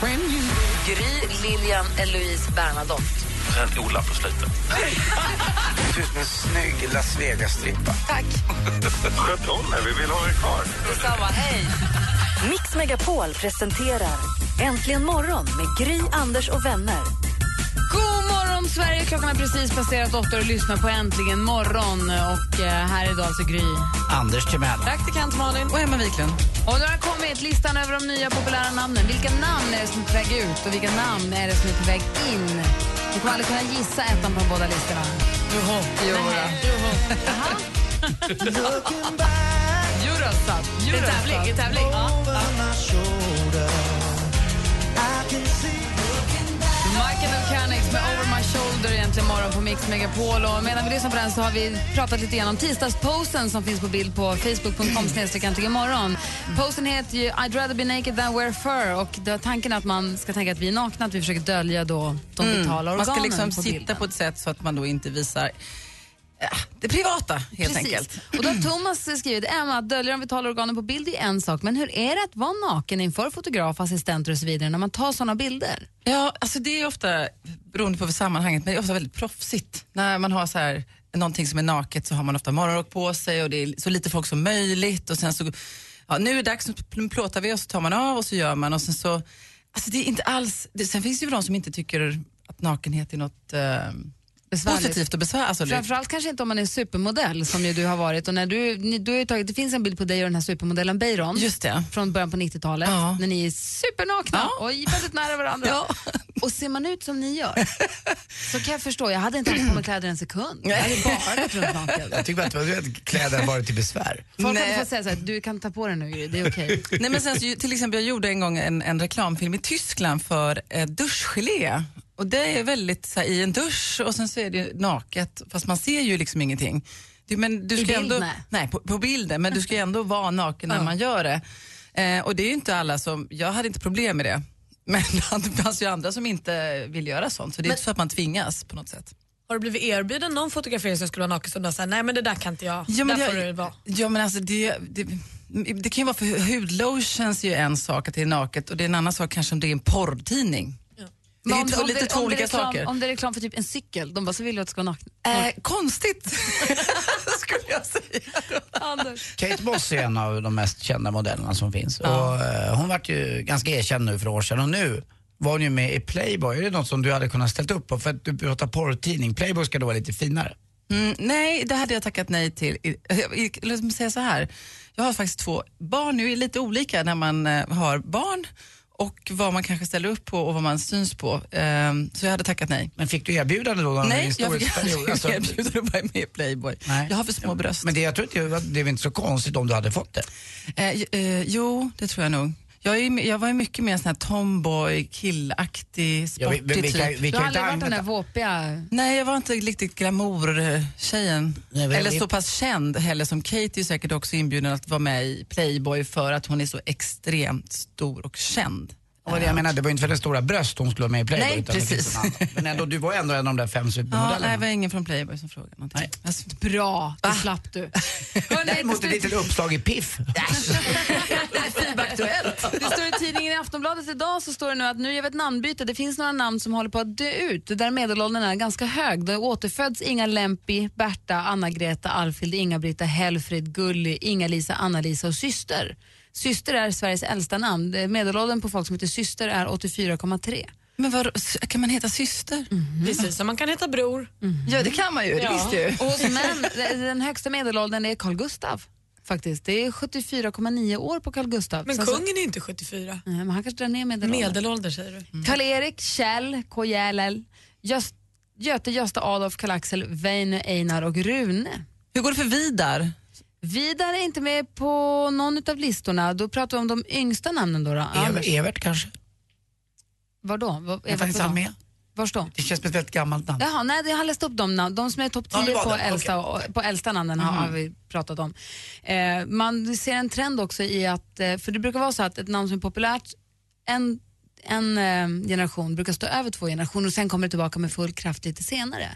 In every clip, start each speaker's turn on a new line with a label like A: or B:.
A: Gry, Lilian, Eloise, Bernadotte.
B: Sen Ola på slutet.
C: ser ut som en Typ snygg Las Vegas-strippa.
A: Tack.
B: Sköt om er, vi vill ha er kvar.
A: Detsamma. Hej.
D: Mix Megapol presenterar Äntligen morgon med Gry, Anders och vänner.
A: God morgon, Sverige. Klockan har precis passerat åtta och lyssnar på Äntligen morgon. Och eh, här är då alltså Gry.
E: Anders Timell.
A: Praktikant Malin. Och Emma Wiklund. Och nu har kommit listan över de nya populära namnen. Vilka namn är det som är på väg ut och vilka namn är det som är på väg in? Du kommer aldrig kunna gissa ettan på de båda listorna. Joho. Joho. Jaha. Eurosat. Det är tävling. Det är tävling. Michael Mechanics med Over My Shoulder egentligen morgon på Mix Megapol. Och medan vi lyssnar på den så har vi pratat lite grann om tisdagsposten som finns på bild på facebook.com snedstreck äntligen morgon. Posten heter ju I'd rather be naked than wear fur och det är tanken att man ska tänka att vi är nakna, att vi försöker dölja då de vitala organen
F: Man ska liksom
A: på
F: sitta
A: bilden.
F: på ett sätt så att man då inte visar eh, det privata helt enkelt.
A: Och då har Thomas eh, skrivit Emma, att dölja de vitala organen på bild är en sak, men hur är det att vara naken inför fotograf, assistenter och så vidare när man tar såna bilder?
F: Ja, alltså det är ofta, beroende på sammanhanget, men det är ofta väldigt proffsigt. När man har så här, någonting som är naket så har man ofta morgonrock på sig och det är så lite folk som möjligt och sen så, ja, nu är det dags, så pl- plåtar vi och så tar man av och så gör man och sen så, alltså det är inte alls, det, sen finns det ju de som inte tycker att nakenhet är något eh,
A: Besvärligt.
F: positivt och besvär. Alltså, det-
A: Framförallt kanske inte om man är supermodell som ju du har varit. Och när du, ni, du har ju tagit, det finns en bild på dig och den här supermodellen Beiron
F: just det.
A: från början på 90-talet
F: Ja.
A: när ni är supernakna
F: Ja.
A: och väldigt nära varandra.
F: Ja.
A: Och ser man ut som ni gör så kan jag förstå, jag hade inte haft på mig kläder en sekund. Jag hade bara gått runt naken.
E: Jag tycker bara att att kläderna varit till besvär.
A: Folk
F: Nej.
A: hade fått säga såhär, du kan ta på dig nu Gry, det är okej.
F: Nej, men sen så, ju- till exempel, jag gjorde en gång en, en reklamfilm i Tyskland för eh, duschgelé. Och det är väldigt så här, i en dusch och sen så är det ju naket, fast man ser ju liksom ingenting. Du, men du
A: I
F: ska
A: bild,
F: ändå,
A: nej.
F: Nej, på, på bilden, men du ska ju ändå vara naken när man gör det. Eh, och det är ju inte alla som, jag hade inte problem med det. Men det fanns ju andra som inte vill göra sånt, så det är inte så att man tvingas på något sätt.
G: Har du blivit erbjuden någon fotografering som skulle vara naken som du har sagt nej men det där kan inte jag,
F: Ja, men
G: där
F: det,
G: får du vara.
F: Ja, men alltså det, det, det kan ju vara för hudlotions är ju en sak att det är naket och det är en annan sak kanske om det är en porrtidning. Det är ju
A: Men om-
F: två,
A: om
F: lite
A: det-
F: två
A: om det är
F: olika
A: reklam-
F: saker.
A: Om det är reklam för typ en cykel, de bara, så vill du att du ska vara naken.
F: Eh, konstigt, skulle jag säga.
A: Anders.
E: Kate Moss är en av de mest kända modellerna som finns. Och, eh, hon vart ju ganska erkänd nu för några år sedan och nu var hon ju med i Playboy. Är det något som du hade kunnat ställt upp på? För att du pratar porrtidning. Playboy ska då vara lite finare.
F: Mm, nej, det hade jag tackat nej till. I- i- Låt mig säga så här. Jag har faktiskt två barn. Nu är det lite olika när man eh, har barn och vad man kanske ställer upp på och vad man syns på. Ehm, så jag hade tackat nej.
E: Men fick du erbjudande då? under din
F: Nej, jag fick
E: storhetsperiod?
F: aldrig
E: Alltså,
F: erbjudande att vara med i Playboy.
E: Nej.
F: Jag har för små bröst.
E: Men det, jag tror inte, det var- det är väl inte så konstigt om du hade fått det.
F: Eh, j- eh, jo, det tror jag nog. Jag, är, ju me- jag var ju mycket mer sån här tomboy, killaktig,
E: Ja, vi,
F: sportig
E: vi, vi kan,
F: typ.
E: vi
A: Du
E: kan
A: har
E: ju inte
A: aldrig varit den
E: använda-
A: där våpiga...
F: Nej, jag var inte riktigt glamour-tjejen.
E: Nej, men-
F: Eller så pass känd heller som Kate är ju säkert också inbjuden att vara med i Playboy för att hon är så extremt stor och känd.
E: Det var det jag menade, det var ju inte för den stora bröst hon skulle vara med i Playboy.
F: Nej,
E: utan det
F: precis.
E: finns en annan. Men ändå, du var ändå en av de där fem
F: Ja, nej,
E: supermodellerna.
F: det var ingen från Playboy som frågade någonting. Alltså,
A: Bra, det slapp du. Hörrni,
E: Däremot ett litet uppslag i Piff.
A: Det står i tidningen i Aftonbladet idag så står det nu att nu gör vi ett namnbyte. Det finns några namn som håller på att dö ut där medelåldern är ganska hög. Det återföds Inga Lempi, Berta, Anna-Greta, Alfhild, Inga-Britta, Helfrid, Gulli, Inga-Lisa, Anna-Lisa och Syster. Syster är Sveriges äldsta namn. Det- Medelåldern på folk som heter Syster är 84,3.
F: men vad, kan man heta syster?
E: Mm.
G: Precis som man kan heta bror.
F: Ja, det kan man ju. Det
G: Ja.
F: visste jag ju.
A: Och hos män, den högsta medelåldern är Carl Gustav. Faktiskt. Det är 74,9 år på Carl Gustav.
G: Men
A: Sen så- alltså-
G: kungen är inte 74.
A: Nej, men han kanske drar ner medelåldern.
G: Medelålder säger
A: Mm.
G: du.
A: Karl-Erik, Kjell, K. Jählel, Göst- Göte, Gösta, Adolf, Karl-Axel, Väinö, Einar och Rune.
F: Hur går det för Vidar?
A: Vidare är inte med på någon av listorna. Då pratar vi om de yngsta namnen. Då, då.
E: Ev- Evert kanske?
A: Vadå? Vad,
E: Är
A: Eva,
E: faktiskt
A: vadå?
E: han med?
A: Vars då?
E: Det känns speciellt gammalt namn.
A: Jaha, nej, jag har läst upp de namn. De som är topp
E: Ja, det
A: 10
E: var Mm-hmm.
A: på,
E: det.
A: äldsta, på äldsta namnen har, har vi pratat om. Eh, man ser en trend också i att, eh, för det brukar vara så att ett namn som är populärt, en, en eh, generation brukar stå över två generationer och sen kommer det tillbaka med full kraft lite senare.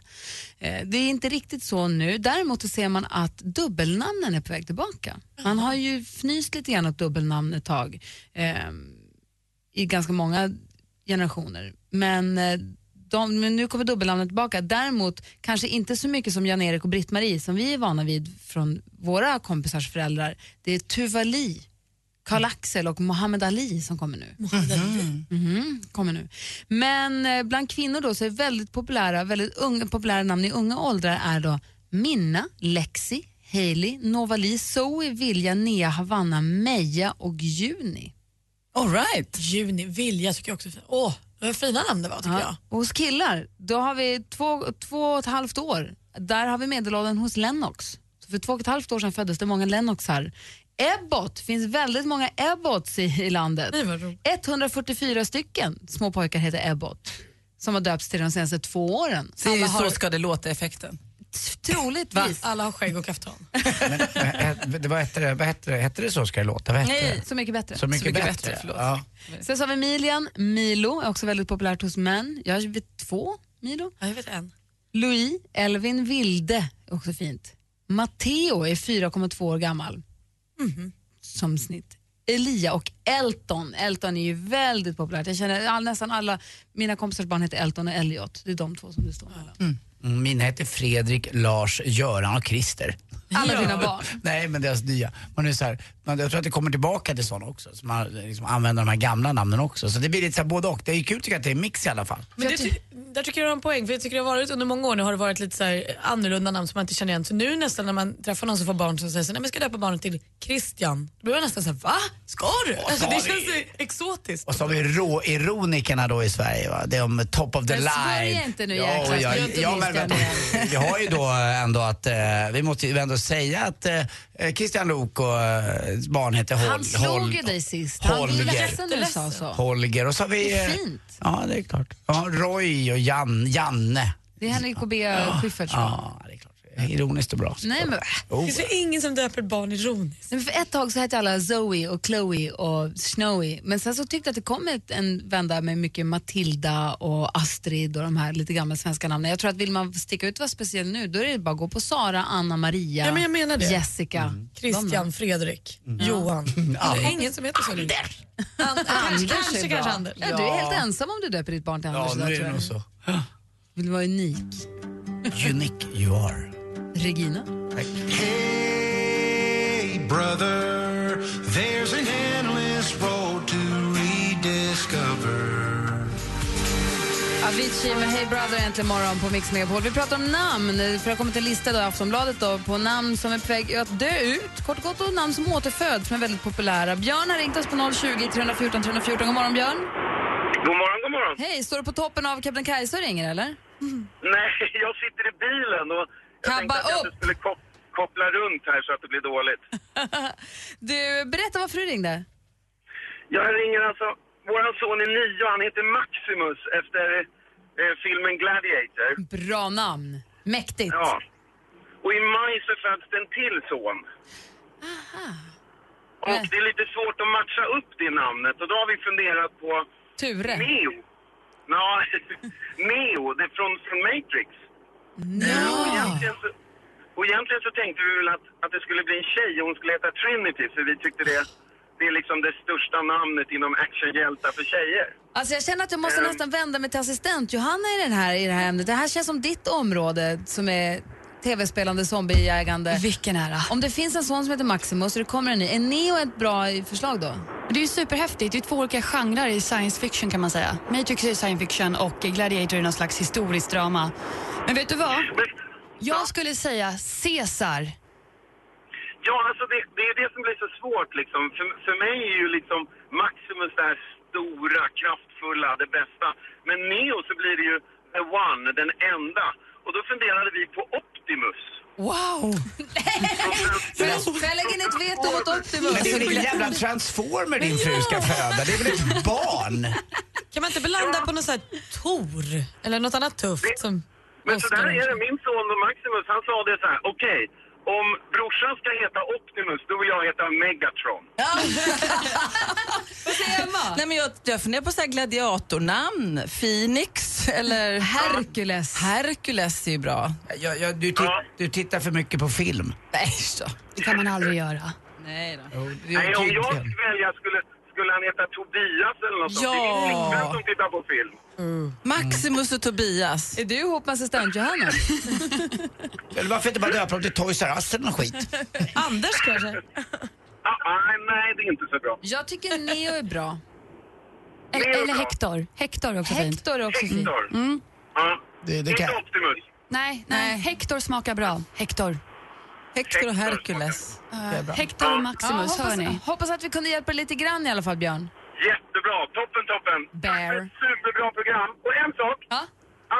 A: Eh, det är inte riktigt så nu. Däremot så ser man att dubbelnamnen är på väg tillbaka. Man har ju fnyst lite grann åt dubbelnamn ett tag. Eh, i ganska många generationer. Men, eh, de, men nu kommer dubbelnamnet tillbaka. Däremot kanske inte så mycket som Jan-Erik och Britt-Marie som vi är vana vid från våra kompisars föräldrar. Det är Tuvali, Karl-Axel och Mohammed Ali som kommer nu. Mhm, kommer nu. Men eh, bland kvinnor då så är väldigt populära, väldigt unga, populära namn i unga åldrar är då Minna, Lexi, Hailey, Novali, Zoe, Vilja, Nea, Havanna, Meja och Juni.
G: All right. Juni, Vilja tycker jag också är fin. Åh, vad fina namn det var tycker jag.
A: Och hos killar, då har vi två, två och ett halvt år. Där har vi medelåldern hos Lennox. Så för två och ett halvt år sedan föddes det många Lennoxar. Ebbot, finns väldigt många Ebbots i, i landet.
G: Nej, vad roligt.
A: 144 stycken små pojkar heter Ebbot som har döpts till de senaste två åren.
F: Det är ju
A: Alla har
F: så ska det låta-effekten.
A: troligtvis,
G: Alla har skägg och kaftan.
E: Men, men, det, vad hette det? Vad hette det? Hette det Så ska det låta? Vad hette
A: Nej,
E: det?
A: så mycket bättre.
E: Så mycket,
F: mycket
E: bättre.
F: bättre, förlåt.
E: ja.
A: Sen så har vi Milian, Milo, är också väldigt populärt hos män. Jag vet två Milo.
G: Ja, jag vet en.
A: Louis Elvin Wilde, också fint. Matteo är 4,2 år gammal. Som snitt. Elia och Elton. Elton är ju väldigt populärt. Jag känner all, nästan alla mina kompisars barn heter Elton och Elliot. Det är de två som det står mellan.
E: Mm, Mina heter Fredrik, Lars, Göran och Christer.
A: Alla dina barn.
E: Nej, men deras nya. Man är så här, man, jag tror att det kommer tillbaka till sådana också. Så man liksom använder de här gamla namnen också. Så det blir lite så här både och. Det är ju kul tycker jag att det är en mix i alla fall.
G: Men det, ty- där tycker jag du har en poäng, för jag tycker det har varit under många år nu har det varit lite så här annorlunda namn som man inte känner igen. Så nu nästan när man träffar någon som får barn som säger så, nej men ska jag döpa barnet till Christian. Då blir jag nästan så här, va? Ska du? Alltså,
E: ska
G: det
E: vi?
G: känns så exotiskt.
E: Och så har vi rå-ironikerna då i Sverige va? Det är om top of the
A: Men
E: line.
A: svär inte nu, jäklar.
E: ja,
A: Gör inte
E: ja,
A: ni
E: men vänta. Vi har ju då ändå att, eh, vi måste ju ändå säga att eh, Christian Lok och eh, barn heter Hol-
A: Han slog ju
E: Hol-
A: dig sist. Han blev
E: Holger.
A: ledsen när du sa så.
E: Holger och så har vi...
A: Det är
E: eh,
A: fint.
E: Ja, det är klart. Ja, Roy och Jan, Janne.
A: Det är Henrik KB Schyfferts barn.
E: Ja, det är klart. Ironiskt och bra.
A: Nej, men,
E: Oh.
G: Det finns ju ingen som döper ett barn ironiskt.
A: Nej, men för ett tag så hette alla Zoe och Chloe och Snowy men sen så tyckte jag att det kom ett, en vända med mycket Matilda och Astrid och de här lite gamla svenska namnen. Jag tror att vill man sticka ut och vara speciell nu då är det bara att gå på Sara, Anna, Maria,
G: Ja, men jag menar det.
A: Jessica.
E: Mm.
G: Christian, Fredrik, Johan. Det är ingen som heter så. Anders!
A: Mm. Anders
G: Anders
A: är
G: kanske,
A: bra.
G: kanske Anders.
A: Ja, du är helt ensam om du döper ditt barn till Anders.
E: Ja,
A: idag,
E: nu är
A: tror
E: det nog så.
A: jag. Vill vara unik.
E: Unique you are.
A: Regina.
C: Hey brother, there's an endless road to rediscover.
A: Avicii med Hey Brother äntligen morgon på Mix Megapol. Vi pratar om namn, för det har kommit en lista då, i Aftonbladet då, på namn som är på väg att dö ut. Kort och gott och namn som återföds, men väldigt populära. Björn har ringt oss på 020 314 314. God morgon Björn.
B: God morgon, god morgon.
A: Hej, står du på toppen av Kebnekaise och ringer eller?
B: Nej, jag sitter i bilen och jag
A: Kabba
B: tänkte att jag
A: upp!
B: inte skulle kop- koppla runt här så att det blir dåligt.
A: Du, berätta varför du ringde.
B: Jag ringer alltså, våran son är nio och han heter Maximus efter eh, filmen Gladiator.
A: Bra namn. Mäktigt.
B: Ja. Och i maj så föds det en till son. Och
A: Men-
B: det är lite svårt att matcha upp det namnet och då har vi funderat på
A: Ture.
B: Neo. Ja, Neo, det är från, från Matrix. Och
A: Ja.
B: egentligen, så, och egentligen så tänkte vi väl att, att det skulle bli en tjej och hon skulle heta Trinity för vi tyckte det, det är liksom det största namnet inom actionhjältar för tjejer.
A: Alltså jag känner att jag måste
B: Ehm.
A: nästan vända mig till assistent Johanna i, den här, i det här ämnet. Det här känns som ditt område som är tv-spelande, zombiejägande.
H: Vilken ära.
A: Om det finns en sån som heter Maximus och det kommer en ny, är Neo ett bra förslag då?
H: Det är ju superhäftigt. Det är två olika genrer i science fiction kan man säga. Matrix är ju science fiction och Gladiator är någon slags historiskt drama. Men vet du vad?
B: Men,
H: Jag skulle säga Caesar.
B: ja, alltså det, det är det som blir så svårt liksom. För, för mig är ju liksom Maximus det här stora, kraftfulla, det bästa. Men Neo så blir det ju the one, den enda. Och då funderade vi på Optimus.
A: Wow! jag, jag lägger in ett veto mot Optimus.
E: Men det är väl ingen jävla transformer din fru ska föda? Det är väl ett barn?
G: Kan man inte belanda på något sånt här Tor? Eller något annat tufft som...
B: Men så där är det. Min son Maximus, han sa det så här, okej, om brorsan ska heta Optimus, då vill jag heta Megatron.
A: Vad säger Emma?
F: Nej, men jag, jag funderar på så här gladiatornamn. Phoenix eller...
A: Hercules.
F: Hercules är ju bra.
E: Jag, jag, du, tit- du tittar för mycket på film.
F: Nej, så.
H: Det kan man aldrig göra.
F: Nej då.
E: Jo, det är
B: Nej, om
E: kul
B: jag
E: film.
B: fick välja skulle, skulle han heta Tobias eller något sånt. Det är
F: Ja. Mm.
B: min flickvän som tittar på film.
F: Maximus och Tobias.
A: Är du ihop med assistent Johanna?
E: Eller varför inte bara döpa dem till Toys R Us eller någon skit?
G: Anders kanske?
B: Ah, ah, nej, det är inte så bra.
A: Jag tycker Neo är bra.
B: Det är
H: Eller, eller
B: bra.
H: Hector. Hector är också fint.
A: Hector är också fin.
B: Hector.
E: Mm.
B: Ja.
E: Det- det
B: inte
E: kan-
B: Optimus.
H: Nej, nej, Hector smakar bra. Hector.
F: Hector och Hercules.
H: Hector och Maximus,
A: Ja,
H: hör ni?
A: hoppas, hoppas att vi kunde hjälpa dig lite grann i alla fall, Björn.
B: Jättebra. Toppen, toppen. Tack för ett superbra program. Och en sak.
A: Ja?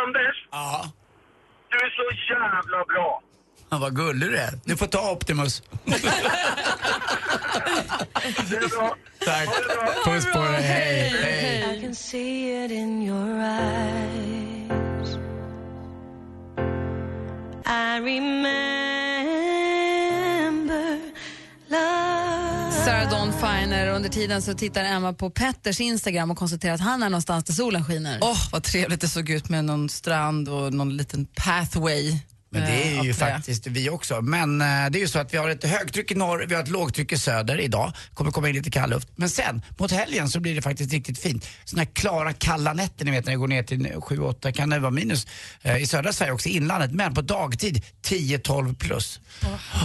B: Anders,
E: Ja,
B: du är så jävla bra.
E: Ja, vad gullig du är. Du får ta Optimus.
B: Det är bra.
E: Tack. Puss på dig. Hej. Hej.
D: I can see it in your eyes. I remember love.
A: Sarah Dawn Finer. Under tiden så tittar Emma på Petters Instagram och konstaterar att han är någonstans där solen skiner.
F: Åh, vad trevligt det såg ut med någon strand och någon liten pathway.
A: Oh.
E: Men det
F: eh,
E: är ju
F: upp där.
E: faktiskt vi också. Men eh, det är ju så att vi har ett högtryck i norr, vi har ett lågtryck i söder idag. Kommer komma in lite kall luft. Men sen, mot helgen så blir det faktiskt riktigt fint. Såna här klara kalla nätter, ni vet när det går ner till 7-8, kan det vara minus eh, i södra Sverige också, inlandet. Men på dagtid 10-12 plus.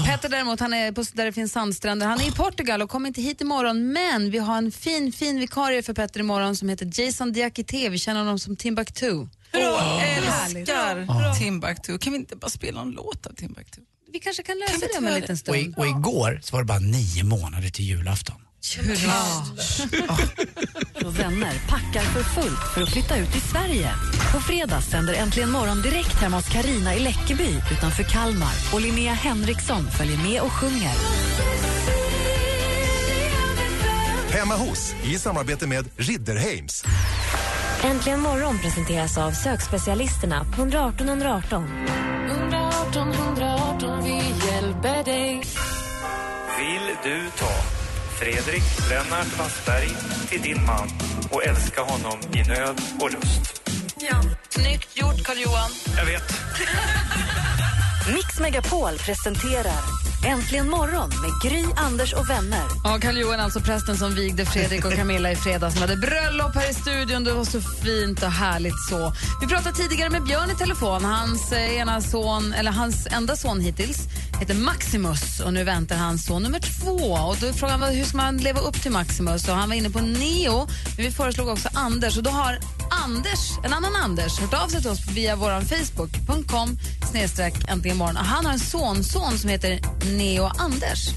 A: Petter däremot, han är på, där det finns sandstränder. Han är i Portugal och kommer inte hit imorgon, men vi har en fin, fin vikarie för Petter imorgon som heter Jason Diakité. Vi känner honom som Timbuktu.
F: Bra, älskar Timbuktu. Kan vi inte bara spela en låt av Timbuktu?
A: Vi kanske kan lösa
F: vi
A: det
F: ta
A: om en
F: det?
A: liten stund.
E: Och, i, och igår så var det bara nio månader till julafton.
D: och vänner packar för fullt för att flytta ut i Sverige. På fredag sänder Äntligen morgon direkt hemma hos Karina i Läckeby utanför Kalmar. Och Linnea Henriksson följer med och sjunger.
I: Hemma hos, i samarbete med Ridderheims.
J: Äntligen morgon presenteras av sökspecialisterna på 118 118.
K: Vill du ta Fredrik Lennart Wassberg till din man och älska honom i nöd och lust?
A: Ja. Snyggt gjort, Carl-Johan.
K: Jag vet.
D: Mix Megapol presenterar Äntligen morgon med Gry, Anders och vänner.
A: Ja, Karl-Johan alltså prästen som vigde Fredrik och Camilla i fredags. som hade bröllop här i studion. Det var så fint och härligt så. Vi pratade tidigare med Björn i telefon. Hans, eh, ena son, eller hans enda son hittills heter Maximus och nu väntar hans son nummer två. Och då frågade han vad- hur ska man leva upp till Maximus och han var inne på Neo. Men vi föreslog också Anders och då har Anders, en annan Anders, hört av sig till oss via vår Facebook.com snedstreck äntligen morgon. Och han har en sonson som heter Neo Anders.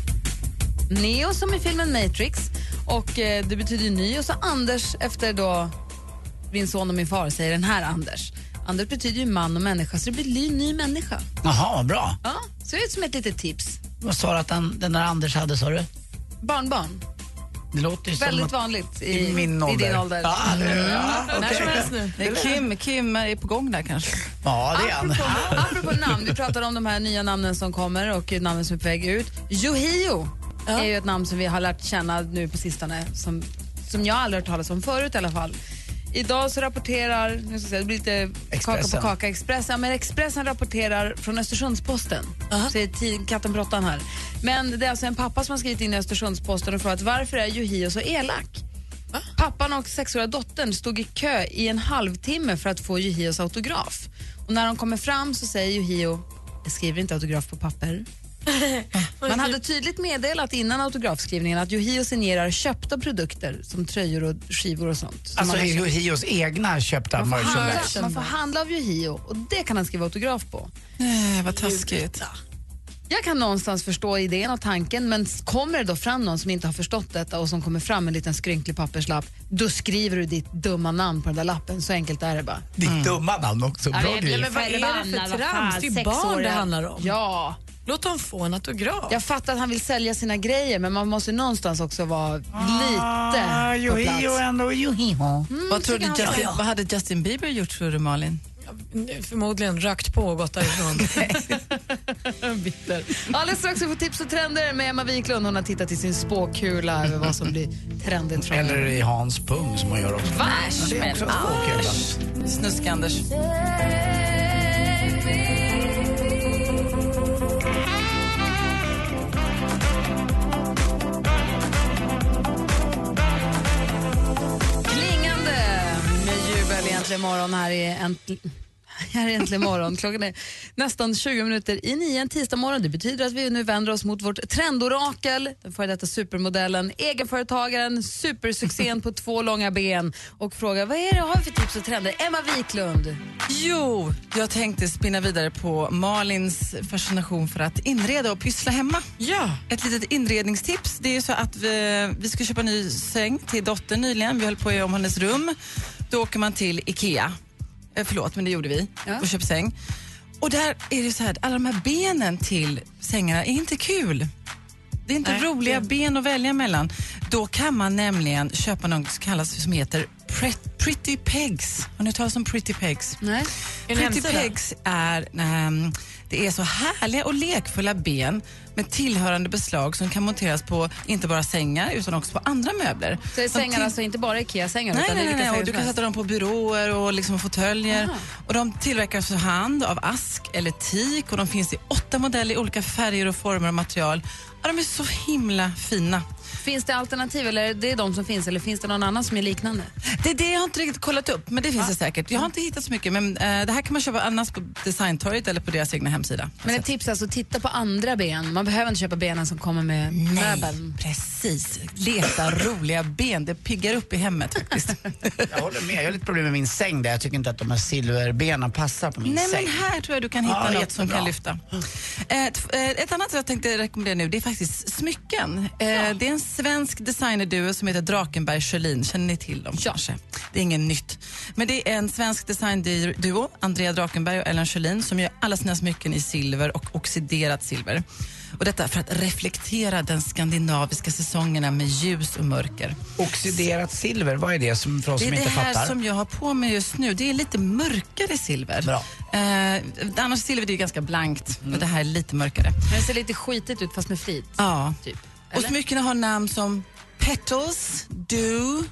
A: Neo som i filmen Matrix och eh, det betyder ju ny och så Anders efter då min son och min far säger den här Anders. Anders betyder ju man och människa så det blir ny, ny människa.
E: Jaha, bra.
A: Ja, så det är som ett litet tips.
E: Vad sa du att den, den där Anders hade, sa du?
A: Barnbarn,
E: Det låter ju som
A: väldigt
E: att-
A: vanligt i,
E: i min
A: i
E: ålder.
A: din ålder. Mm.
E: Ja, det, ja,
A: När
E: okej.
A: som helst nu.
F: Det är Kim, Kim är på gång där kanske.
E: ja, det är han.
A: Apropå, apropå namn, vi pratade om de här nya namnen som kommer och namnen som är på väg ut. Yohio är ju ett namn som vi har lärt känna nu på sistone som, som jag aldrig hört talas om förut i alla fall. Idag så rapporterar, nu ska jag säga, det blir lite kaka
E: Expressen.
A: på kaka, Expressen. Ja, men Expressen rapporterar från Östersundsposten. Så det är tid- katten Brottan här. Men det är alltså en pappa som har skrivit in i Östersundsposten och frågat varför är Yohio så elak? Pappan och sexåriga dottern stod i kö i en halvtimme för att få Yuhios autograf. Och när de kommer fram så säger Yuhio, jag skriver inte autograf på papper. Man hade tydligt meddelat innan autografskrivningen att Yuhio signerar köpta produkter som tröjor och skivor och sånt. som
E: Alltså
A: man har köpt.
E: Hios egna köpta
A: man, får handla,
E: merchandise.
F: Eh,
A: man får handla av Yuhio och det kan han skriva autograf på.
F: Nej, vad taskigt.
A: Jag kan någonstans förstå idén och tanken men s- kommer det då fram någon som inte har förstått detta och som kommer fram med en liten skrynklig papperslapp, då skriver du ditt dumma namn på den där lappen. Så enkelt är det bara.
E: Ditt dumma namn också.
A: Ja,
E: Bra
A: det-
E: grej.
A: men vad är det
G: Förbannad, vad
A: för trams?
G: fan,
A: Det är barn det
G: sexåriga.
A: handlar om. Ja.
G: Låt dem få en autograf.
A: Jag fattar att han vill sälja sina grejer men man måste någonstans också vara lite på plats.
F: vad, tror du
G: tycker han-
F: Justin,
G: Ja, ja.
F: vad hade Justin Bieber gjort tror du Malin?
G: Förmodligen rökt på och gått därifrån.
A: Bitter. Alldeles strax ska vi få tips och trender med Emma Wiklund. Hon har tittat i sin spåkula över vad som blir trendigt framöver.
E: Eller i Hans pung som hon gör också.
F: Vars,
E: Det är också
F: men
E: tråkigt.
F: Snusk-Anders.
A: Klingande med jubel egentligen morgon här är äntl- här är äntligen morgon. Klockan är nästan 20 minuter i nio en tisdag morgon. Det betyder att vi nu vänder oss mot vårt trendorakel, den före detta supermodellen, egenföretagaren, supersuccén på två långa ben och frågar vad är det jag har för tips och trender? Emma Wiklund.
F: Jo, jag tänkte spinna vidare på Malins fascination för att inreda och pyssla hemma.
G: Ja.
F: Ett litet inredningstips. Det är ju så att vi, vi ska köpa en ny säng till dottern nyligen. Vi höll på att göra om hennes rum. Då åker man till Ikea. Eh, förlåt, men det gjorde vi. Och köpte säng. Och där är det ju så här att alla de här benen till sängarna är inte kul. Det är inte roliga ben att välja mellan. Då kan man nämligen köpa något som kallas som heter Pret- Pretty Pegs. Har ni hört talas om Pretty Pegs?
A: Nej.
G: En
F: Pretty
G: hemsida?
F: Pegs är, ehm, det är så härliga och lekfulla ben med tillhörande beslag som kan monteras på inte bara sängar utan också på andra möbler.
A: Så är
F: De
A: sängar
F: till-
A: alltså inte bara IKEA-sängar?
F: Nej,
A: utan det är
F: nej,
A: vilka
F: nej,
A: sängar
F: och du
A: som
F: kan
A: helst.
F: sätta dem på byråer och liksom fåtöljer. Och de tillverkas för hand av ask eller teak och de finns i åtta modeller i olika färger och former och material. Ja, de är så himla fina.
A: Finns det alternativ eller är det är de som finns eller finns det någon annan som är liknande?
F: Det är det jag har inte riktigt kollat upp, men det finns det säkert. Jag har inte hittat så mycket, men eh, det här kan man köpa annars på Designtorget eller på deras egna hemsida.
A: Men ett tips är alltså, titta på andra ben. Man behöver inte köpa benen som kommer med möbeln.
F: Precis. Leta roliga ben, det piggar upp i hemmet faktiskt.
E: Jag håller med. Jag har lite problem med min säng där. Jag tycker inte att de här silverbenen passar på min
F: Nej,
E: säng.
F: men här tror jag du kan hitta
E: Ja,
F: något som
E: jättebra.
F: kan lyfta. Ett, ett annat jag tänkte rekommendera nu, det är faktiskt smycken. Eh, Det är en svensk designerduo som heter Drakenberg Sjölin. Känner ni till dem kanske? Det är inget nytt. Men det är en svensk designduo, Andrea Drakenberg och Ellen Sjölin, som gör alla sina smycken i silver och oxiderat silver. Och detta för att reflektera den skandinaviska säsongerna med ljus och mörker.
E: Oxiderat silver, vad är det som, för oss
F: Det är
E: som
F: det
E: inte
F: här
E: fattar?
F: som jag har på mig just nu. Det är lite mörkare silver.
E: Bra.
F: Eh, annars silver det är ju ganska blankt, men det här är lite mörkare.
A: Det ser lite skitigt ut fast med flit.
F: Ja.
A: Typ.
F: Och smyckena har namn som Petals, Dew,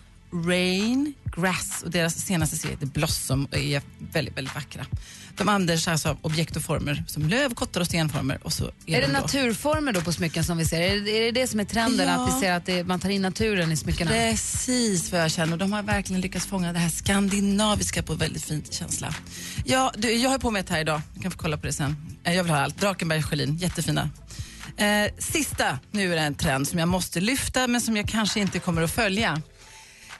F: Rain, Grass och deras senaste serie heter Blossom och är väldigt, väldigt vackra. De använder alltså av objekt och former som löv, kottar och stenformer. Och så är,
A: Är det
F: de då-
A: naturformer då på smycken som vi ser? Är det är det, det som är trenden?
F: Ja.
A: Att vi ser att det, man tar in naturen i smyckena?
F: Precis vad jag känner. Och De har verkligen lyckats fånga det här skandinaviska på ett väldigt fint känsla. Ja, du, jag har på mig ett här idag. Du kan få kolla på det sen. Eh, Jag vill ha allt. Drakenberg Sjölin, jättefina. Eh, sista, nu är det en trend som jag måste lyfta men som jag kanske inte kommer att följa.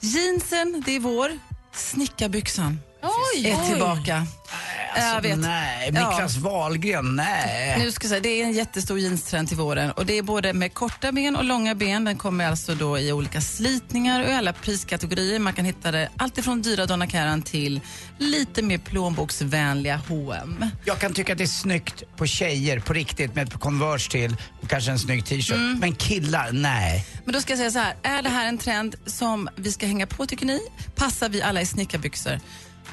F: Jeansen, det är vår. Snickarbyxan
A: Oj,
F: är
A: oj.
F: tillbaka.
E: Alltså,
F: jag vet.
E: Nej,
F: Ja.
E: Niklas Wahlgren,
G: Eh.
E: nej.
F: Nu ska jag säga, det är en jättestor jeanstrend till våren och det är både med korta ben och långa ben. Den kommer alltså då i olika slitningar och i alla priskategorier. Man kan hitta det allt ifrån dyra Donna Karan till lite mer plånboksvänliga H&M.
E: Jag kan tycka att det är snyggt på tjejer, på riktigt, med ett par Converse till och kanske en snygg t-shirt.
F: Mm.
E: Men killar, nej.
F: Men då ska jag säga så här, är det här en trend som vi ska hänga på tycker ni? Passar vi alla i snickarbyxor?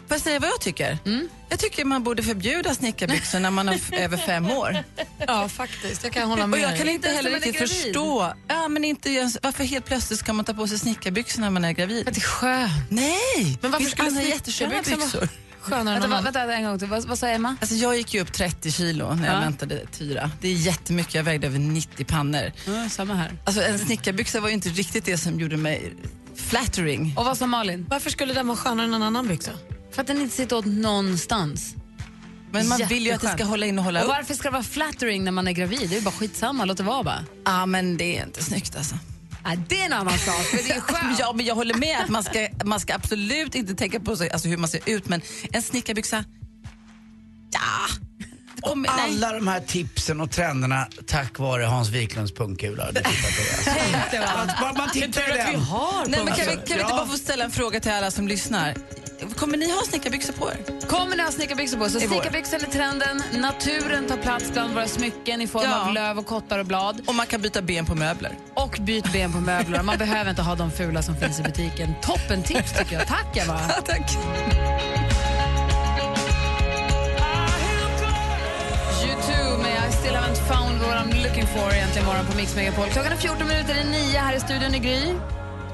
F: Får jag säga vad jag tycker?
G: Mm.
F: Jag tycker man borde förbjuda snickarbyxor när man är f- över fem år.
G: ja, faktiskt. Jag kan hålla
F: Och
G: med
F: jag
G: dig.
F: kan inte
G: ens
F: heller
G: när man är
F: riktigt
G: gravid.
F: förstå ja, men inte ens, varför helt plötsligt ska man ta på sig snickarbyxor när man är gravid. För att
A: det är skönt.
F: Nej!
G: Men varför
F: Visst,
G: skulle
F: alla har
G: snickarbyxor
F: jättesköna
G: vara
F: byxor?
G: alltså, skönare än
A: Vänta,
G: någon
A: va,
G: annan?
A: vänta en gång till. Vad, vad sa Emma?
F: Alltså jag gick ju upp 30 kilo när jag
A: Ja.
F: väntade Tyra. Det är jättemycket, jag vägde över 90 pannor.
A: Ja, samma här.
F: Alltså en snickarbyxa var ju inte riktigt det som gjorde mig flattering.
A: Och vad sa Malin?
G: Varför skulle den vara skönare än en annan byxa?
A: För att den inte sitter åt någonstans.
F: Men man vill ju att det
A: Jätteskönt.
F: ska hålla in och hålla
A: och
F: upp.
A: varför ska det vara flattering när man är gravid? Det är ju bara skitsamma, låt det vara bara.
F: Ja, men det är inte snyggt alltså.
A: Ja, det är en annan sak, för det är skönt.
F: ja, men jag håller med att man ska, man ska absolut inte tänka på sig, alltså, hur man ser ut, men en snickarbyxa, ja, om, nej.
E: Alla de här tipsen och trenderna tack vare Hans Wiklunds pungkula. Det tycker jag att det är. alltså
F: Tänk dig va.
E: Att man- man tittar
F: Det är tur
E: i
F: att
E: den.
F: vi har Nej, men kan vi, kan vi inte
E: Ja.
F: bara få ställa en fråga till alla som lyssnar? Kommer ni ha snickarbyxor på er?
A: Kommer ni ha snickarbyxor på Så
F: I vår.
A: snickarbyxan är trenden, naturen tar plats bland våra smycken i form
F: Ja.
A: av löv och kottar och blad.
F: Och man kan byta ben på möbler.
A: Och byt ben på möbler. Man behöver inte ha de fula som finns i butiken. Toppen tips tycker jag. Tack Eva.
F: Tack.
A: YouTube med I still haven't found what I'm looking for egentligen imorgon på Mix Megapol. Klockan är 14 minuter i nio här i studion i Gry.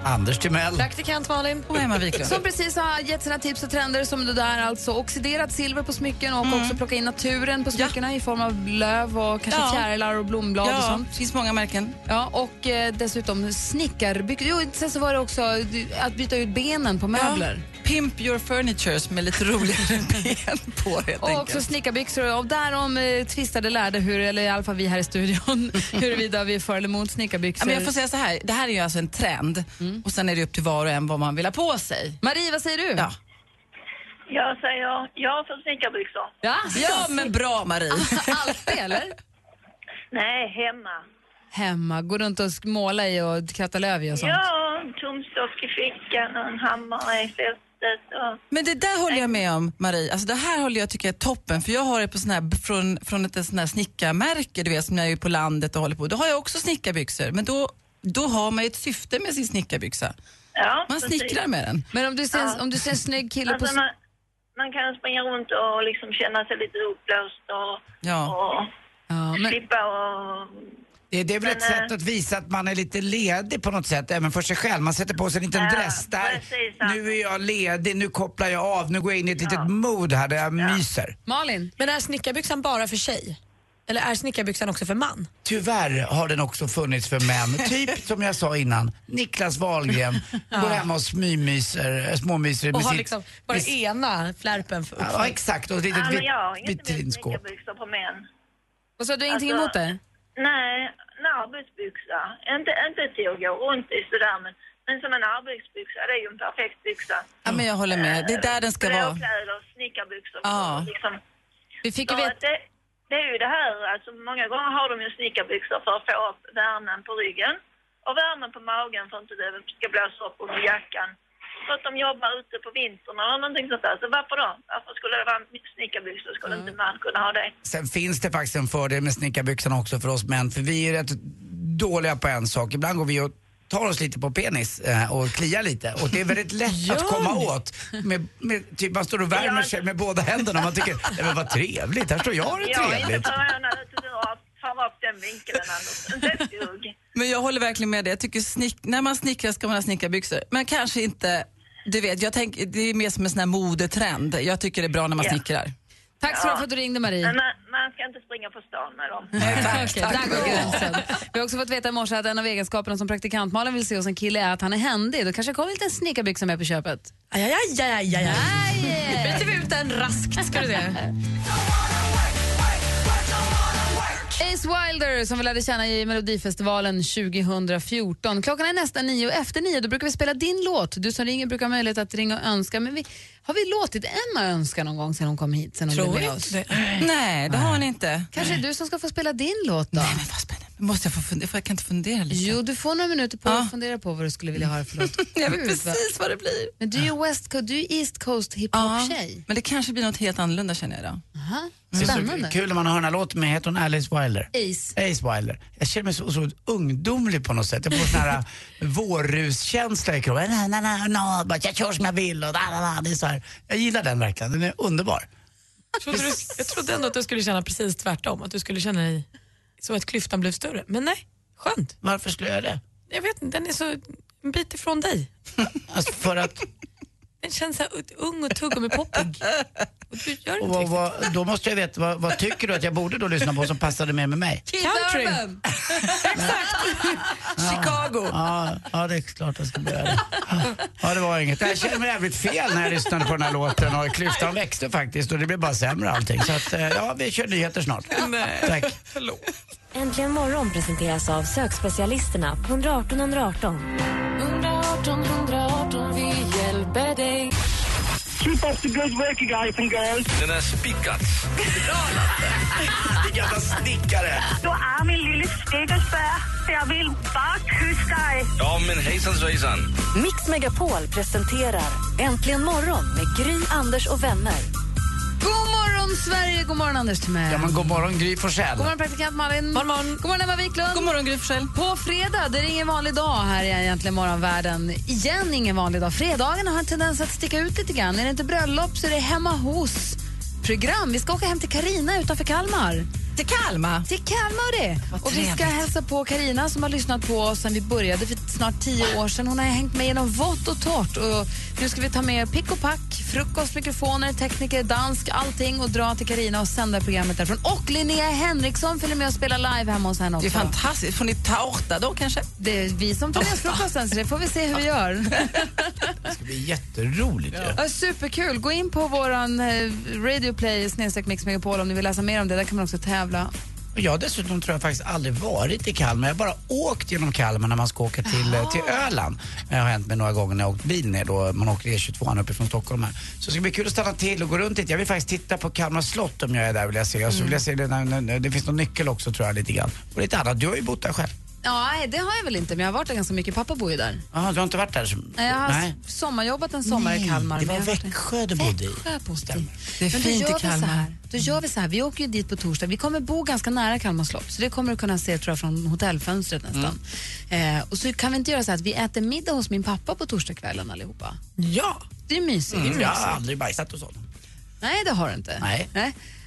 E: Anders Timell.
A: Praktikant Malin.
F: Och Emma Wiklund.
A: Som precis har gett sina tips och trender som det där alltså. Oxiderat silver på smycken och också plocka in naturen på smyckena i form av löv och kanske
F: Ja.
A: fjärilar och blomblad och
F: Ja,
A: sånt.
F: det finns många märken.
A: Ja, och eh, dessutom snickarbyxor. Jo, sen så var det också att byta ut benen på möbler.
F: Pimp your furnitures med lite roligare ben på helt
A: Och också
F: enkelt.
A: snickarbyxor. Och därom eh, tvistade lärde, hur, eller i alla fall vi här i studion, huruvida vi är för eller emot
F: Ja,
A: snickarbyxor.
F: men jag får säga så här, det här är ju alltså en trend och sen är det upp till var och en vad man vill ha på sig.
A: Marie, vad säger du?
F: Ja,
L: Jag säger ja för snickarbyxor.
A: ja,
F: ja men bra Marie.
A: Alltid, eller?
L: Nej, hemma.
A: Hemma, gå runt och sk- måla i och kratta löv i och sånt.
L: Ja, en tumstock i fickan och en hammare i fästet. Och...
F: Men det där håller jag med om, Marie. Alltså det här håller jag tycker är toppen, för jag har det på sån här, från, från ett sån här snickarmärke, du vet, som jag är på landet och håller på. Då har jag också snickarbyxor, men då, då har man ju ett syfte med sin snickarbyxa.
L: Ja,
F: man
L: precis.
F: snickrar med den.
A: Men om du ser, om du ser en snygg kille
L: Alltså,
A: på...
L: man, man kan springa runt och liksom känna sig lite uppblåst och, och slippa och...
E: Det, det är väl
L: Men,
E: ett sätt att visa att man är lite ledig på något sätt, även för sig själv. Man sätter på sig en liten
L: Ja,
E: dress där.
L: precis,
E: Nu är jag ledig, nu kopplar jag av, nu går jag in i ett litet mood här där jag myser.
A: Malin?
G: Men är snickarbyxan bara för tjej? Eller är snickarbyxan också för man?
E: Tyvärr har den också funnits för män. Typ som jag sa innan, Niklas Wahlgren går hemma och smymyser, eh, småmyser
G: Och
E: med
G: har
E: sitt...
G: liksom bara
E: med-
G: ena flärpen för
E: Ja, exakt. Och ett litet
L: Ja, men
E: vit-
L: jag har inget emot
E: vitrinskåp.
L: snickarbyxor på män.
A: Vad sa du, ingenting
L: Alltså,
A: emot det?
L: Nej, en arbetsbyxa. Inte, inte till att gå runt i sådär, men, men som en arbetsbyxa, det är ju en perfekt byxa.
F: Ja, men jag håller med. Det är där den ska vara.
L: Blåkläder, snickarbyxor.
F: Ja.
L: Liksom.
A: Vi fick
L: ju veta... Det, det är ju det här, alltså många gånger har de ju snickarbyxor för att få upp värmen på ryggen och värmen på magen för att inte det ska blåsa upp under jackan. För att de jobbar ute på vintern eller någonting sånt där. Så varför då? Varför skulle det vara snickarbyxor?
A: Mm.
L: Skulle inte man kunna ha det?
E: Sen finns det faktiskt en fördel med snickarbyxorna också för oss män, för vi är rätt dåliga på en sak. Ibland går vi och tar oss lite på penis eh, och kliar lite och det är väldigt lätt att komma åt. Med, med, typ man står och värmer sig med båda händerna och man tycker, nej men vad trevligt, här står jag och har det
L: Jag är
E: trevligt.
L: inte förvånad att du har tar upp den vinkeln, Anders. Inte ett dugg.
F: Men jag håller verkligen med dig. Jag tycker snick, när man snickrar ska man ha snickarbyxor. Men kanske inte, Eh, du vet, jag tänker, det är mer som en sån här modetrend. Jag tycker det är bra när man
L: Ja.
F: snickrar.
A: Tack så mycket för att du ringde, Marie.
L: Men man, man ska inte springa på stan med dem.
A: Okej, där går gränsen. Vi har också fått veta i morse att en av egenskaperna som praktikant Malin vill se hos en kille är att han är händig. Då kanske kommer en liten snickarbyxa med på köpet.
G: Aj, aj, aj, aj, aj, aj. Nu byter vi ut den raskt, ska du se.
A: Ace Wilder som vi lärde känna i Melodifestivalen 2014. Klockan är nästan nio och efter nio då brukar vi spela din låt. Du som ringer brukar ha möjlighet att ringa och önska. Men vi, har vi låtit Emma önska någon gång sen hon kom hit? Sen hon
F: Tror
A: blev med
F: inte
A: oss?
F: det. Nej, det har hon inte.
A: Kanske är du som ska få spela din låt då? Nej, men
F: vad Måste jag få fundera? För jag kan inte fundera lite.
A: Jo, du får några minuter på dig att fundera på vad du skulle vilja höra för låt.
F: Jag vet
A: Gud, vad-
F: precis vad det blir.
A: Men du är ju West Coast, du är East Coast hiphop-tjej.
F: Men det kanske blir något helt annorlunda känner jag då.
A: Aha.
E: Det är
A: Spännande.
E: så kul när man hör den här låten med, heter hon Alice Wilder?
A: Ace.
E: Ace Wilder. Jag känner mig så otroligt ungdomlig på något sätt. Jag får sån här eh, vårruskänsla i kroppen. Na, na, na, na, bara, jag kör som jag vill och na, na, na. Det är så här. Jag gillar den verkligen, den är underbar.
G: Trodde du, jag trodde ändå att du skulle känna precis tvärtom, att du skulle känna dig som att klyftan blev större. Men nej, skönt.
E: Varför skulle jag det?
G: Jag vet inte, den är så en bit ifrån dig.
E: Alltså för att...
G: Den känns så här ut- ung och tuggummi-poppig. Och du gör
E: Och
G: inte
E: vad,
G: riktigt.
E: vad, då måste jag veta, vad, vad tycker du att jag borde då lyssna på som passade mer med mig?
G: Country.
E: Chicago. Ja, ja, det är klart jag ska bli det. Ja, det var inget. Jag kände mig jävligt fel när jag lyssnade på den här låten och klyftan växte faktiskt och det blev bara sämre allting. Så att, eh, ja, vi kör nyheter snart. Tack.
J: Äntligen morgon presenteras av sökspecialisterna på 118 118.
M: 118 118, vi hjälper dig. Keep up the good work you guys and girls.
C: Den är spickad. Din jävla snickare.
M: Du är min lille snickersbär. Jag vill bara kyssa dig.
C: Ja, men hejsan svejsan.
J: Mix Megapol presenterar Äntligen morgon med Gry, Anders och vänner.
A: God morgon Sverige, god morgon Anders Timell.
E: Ja, men god morgon Gry Forssell.
A: God morgon praktikant Malin. God morgon, god morgon Emma Wiklund. God morgon Gry På fredag, det är ingen vanlig dag här i egentligen morgonvärlden. Igen ingen vanlig dag. Fredagarna har en tendens att sticka ut lite grann. Är det inte bröllop så är det hemma hos program. Vi ska åka hem till Karina utanför Kalmar. Till Kalmar? Till Kalmar det. Och vi ska hälsa på Karina som har lyssnat på oss sedan vi började för snart tio år sedan. Hon har hängt med genom vått och torrt. Och nu ska vi ta med pick och pack, frukost, mikrofoner, tekniker, dansk, allting och dra till Karina och sända programmet därifrån. Och Linnea Henriksson följer med och spelar live hemma hos henne också.
F: Det är fantastiskt. Får ni tårta då kanske?
A: Det är vi som tar med oss frukosten så det får vi se hur vi gör.
E: Det blir jätteroligt ju.
A: Ja, superkul. Gå in på vår Radioplay snedstreck Mix Megapol om ni vill läsa mer om det. Där kan man också tävla.
E: Och Jag har dessutom tror jag faktiskt aldrig varit i Kalmar. Jag har bara åkt genom Kalmar när man ska åka till, eh, till Öland. Det har hänt mig några gånger när jag har åkt bil ner då. Man åker E E22 uppifrån Stockholm här. Så det ska bli kul att stanna till och gå runt lite. Jag vill faktiskt titta på Kalmar slott om jag är där vill jag se. Och så vill jag se
A: Mm.
E: det, när- när- det finns någon nyckel också tror jag lite grann. Och lite annat. Du har ju bott där själv.
A: Ja, nej, det har jag väl inte, men jag har varit där ganska mycket. Pappa bor ju där.
E: Ja, du har inte varit där? Som...
A: Nej, Jag har
E: Nej.
A: s- sommarjobbat en sommar i
E: Nej,
A: Kalmar.
E: det
A: men
E: var
A: jag har varit där.
E: Växjö du bodde i.
A: Växjö bodde i.
F: Det är
A: Men då
F: fint i
A: gör vi så
F: Kalmar.
A: här. Då gör vi så här, vi åker ju dit på torsdag. Vi kommer bo ganska nära Kalmar slott, så det kommer du kunna se tror jag från hotellfönstret
E: Mm.
A: nästan. Eh, och så kan vi inte göra så här att vi äter middag hos min pappa på torsdagskvällen allihopa?
E: Ja.
A: Det är mysigt.
E: Mm, jag har aldrig bajsat hos honom.
A: Nej, det har du inte.
E: Nej.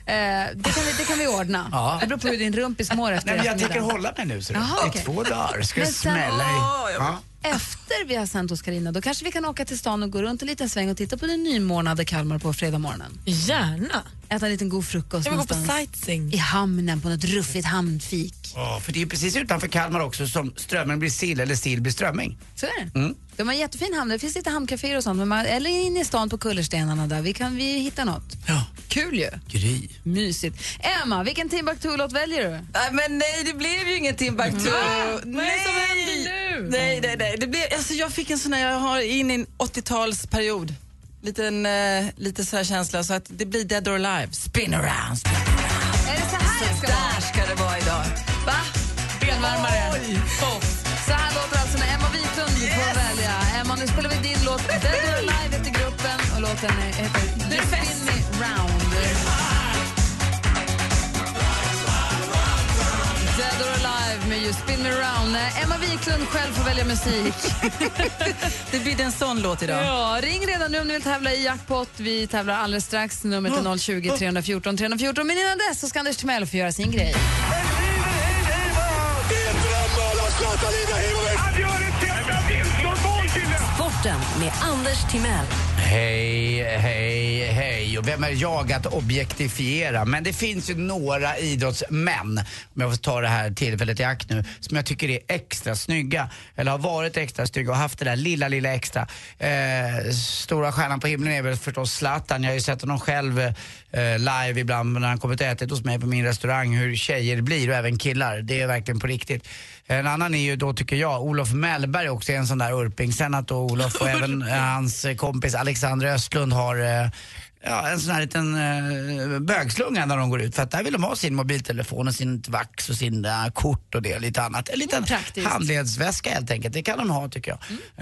A: Eh, det, kan vi, det kan vi ordna.
E: Ja.
A: Det beror på hur din rumpis mår efter
E: Nej, men jag tänker
A: eftermiddagen.
E: hålla mig nu ser du.
A: Jaha,
E: I
A: okej.
E: två dagar. Ska
A: Men
E: jag
A: sen-
E: smälla i.
A: Åh, jag-
E: Ja.
A: Efter vi har sänt hos Carina, då kanske vi kan åka till stan och gå runt en liten sväng och titta på den nymornade Kalmar på fredag morgonen.
G: Gärna.
A: Äta en liten god frukost
G: Jag vill gå på
A: sightseeing. I hamnen, på något ruffigt hamnfik.
E: Ja, för det är ju precis utanför Kalmar också som strömming blir sill eller sill blir strömming.
A: Så är det.
E: Mm.
A: De har en jättefin hamn, det finns lite hamnkaféer och sånt, men man, eller in i stan på kullerstenarna där. Vi kan vi hitta något. Kul ju.
E: Gry.
A: Mysigt. Emma, vilken Timbuktu-låt väljer du?
F: Nej, men nej, det blev ju ingen Timbuktu.
A: Va? Vad är det som
F: händer nu? Nej, nej, nej. Det blev, alltså, jag fick en sån här, jag har in i en 80-talsperiod. Liten, eh, lite så här känsla, så att det blir Dead or Alive. Spin around. Spin around.
A: Är det så här det ska
F: Där ska det vara idag.
A: Va? Benvärmare. Så här låter alltså när Emma Wiklund får välja. Emma, nu spelar vi din låt. Dead or Alive heter gruppen och låten är- heter You Spin Me Round. Dead or Alive med You Spin Me Round. När Emma Wiklund själv får välja musik.
F: Det blir en sån låt idag.
A: Ja, ring redan nu om ni vill tävla i jackpot. Vi tävlar alldeles strax. Numret
F: Mm.
A: är 020 314 314. Men innan dess så ska Anders Timell få göra sin grej.
J: Sporten med Anders Timell.
E: Hej, hej, hej. Och vem är jag att objektifiera? Men det finns ju några idrottsmän, om jag får ta det här tillfället i akt nu, som jag tycker är extra snygga. Eller har varit extra snygga och haft det där lilla, lilla extra. Eh, stora stjärnan på himlen är väl förstås Zlatan. Jag har ju sett honom själv eh, live ibland när han kommit och ätit hos mig på min restaurang, hur tjejer blir och även killar. Det är verkligen på riktigt. En annan är ju då, tycker jag, Olof Mellberg också är en sån där urping. Sen att då Olof och även eh, hans eh, kompis Alexander Östlund har eh, ja, en sån här liten eh, bögslunga när de går ut. För att där vill de ha sin mobiltelefon och sin vax och sina kort och det och lite annat. En liten handledsväska helt enkelt. Det kan de ha tycker jag.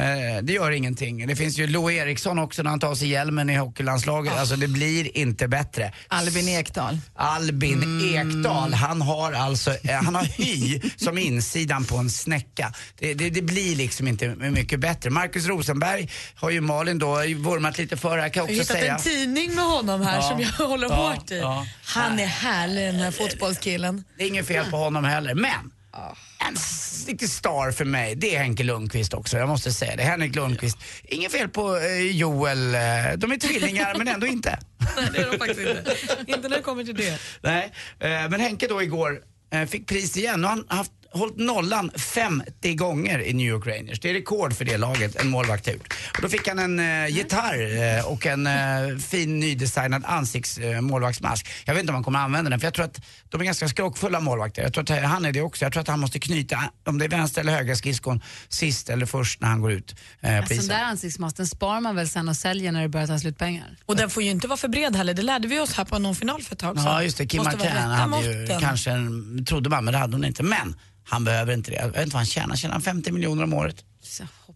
E: Eh, det gör ingenting. Det finns ju Lo Eriksson också när han tar sig hjälmen i hockeylandslaget. Alltså det blir inte bättre.
F: Albin Ekdal.
E: Albin
G: Mm.
E: Ekdal, han har alltså, eh, han har hy som insidan på en snäcka. Det, det, det blir liksom inte mycket bättre. Markus Rosenberg har ju Malin då vurmat lite för, här kan
G: Jag
E: jag
G: har
E: också
G: hittat
E: säga.
G: en tidning med honom här
E: Ja.
G: som jag håller
E: Ja,
G: hårt i.
E: ja.
G: Han är härlig den här fotbollskillen.
E: Det är inget fel på honom heller, men
G: Ah.
E: en s- riktig star för mig, det är Henke Lundqvist också. Jag måste säga det. Henrik Lundqvist. Inget fel på eh, Joel, eh, de är tvillingar men ändå inte.
G: Inte när det kommer till det.
E: Nej, eh, men Henke då igår eh, fick pris igen och han har haft hållit nollan 50 gånger i New York Rangers. Det är rekord för det laget en målvakt har gjort. Och då fick han en
A: Mm.
E: eh, gitarr eh, och en eh, fin nydesignad ansikts eh, målvaktsmask. Jag vet inte om han kommer använda den för jag tror att de är ganska skrockfulla målvakter. Jag tror att han är det också. Jag tror att han måste knyta, om det är vänster eller högra skridskon, sist eller först när han går ut eh, på
A: Alltså, den
E: isen.
A: där ansiktsmasken spar man väl sen och säljer när det börjar ta slut pengar?
G: Och den får ju inte vara för bred heller, det lärde vi oss här på någon final för ett tag sedan.
E: Ja, just det. Kim
G: Måste vara
E: Martin
G: rätta
E: hade ju
G: måtten.
E: kanske en, trodde man, men det hade hon inte. Men han behöver inte det. Jag vet inte vad han tjänar. Tjänar han 50 miljoner om året?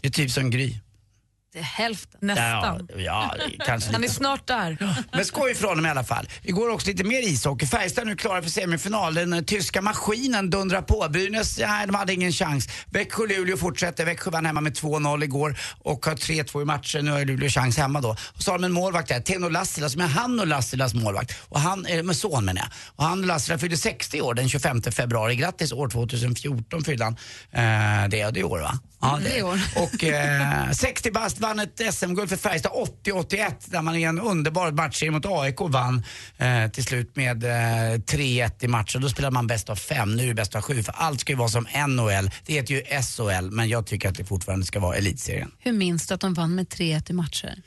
E: Det är typ som Gry.
A: Det är hälften.
E: Ja, ja det är kanske
G: Han är
E: lite så.
G: snart där.
E: Men skoj ifrån dem i alla fall. Vi går också lite mer ishockey. Färjestad nu klara för semifinal. Den eh, tyska maskinen dundrar på. Brynäs, nej, de hade ingen chans. Växjö-Luleå fortsätter. Växjö vann hemma med 2-0 igår och har 3-2 i matchen. Nu har Luleå chans hemma då. Och så har de en målvakt där, Teno Lassila, som är han och Lassilas målvakt. Och han, eh, med son menar jag. Och han Lassila fyllde 60 år den 25 februari. Grattis, år 2014 fyllde han. Eh, det är det i år va? Ja,
A: Mm, det är i år.
E: och eh, 60 bast vann ett SM-guld för Färjestad 80-81 där man i en underbar matchserie mot AIK vann eh, till slut med eh, 3-1 i matchen. Då spelar man bäst av fem, nu är det bäst av sju. För allt ska ju vara som NHL. Det heter ju SHL, men jag tycker att det fortfarande ska vara elitserien.
A: Hur minns du att de vann med 3-1 i matcher?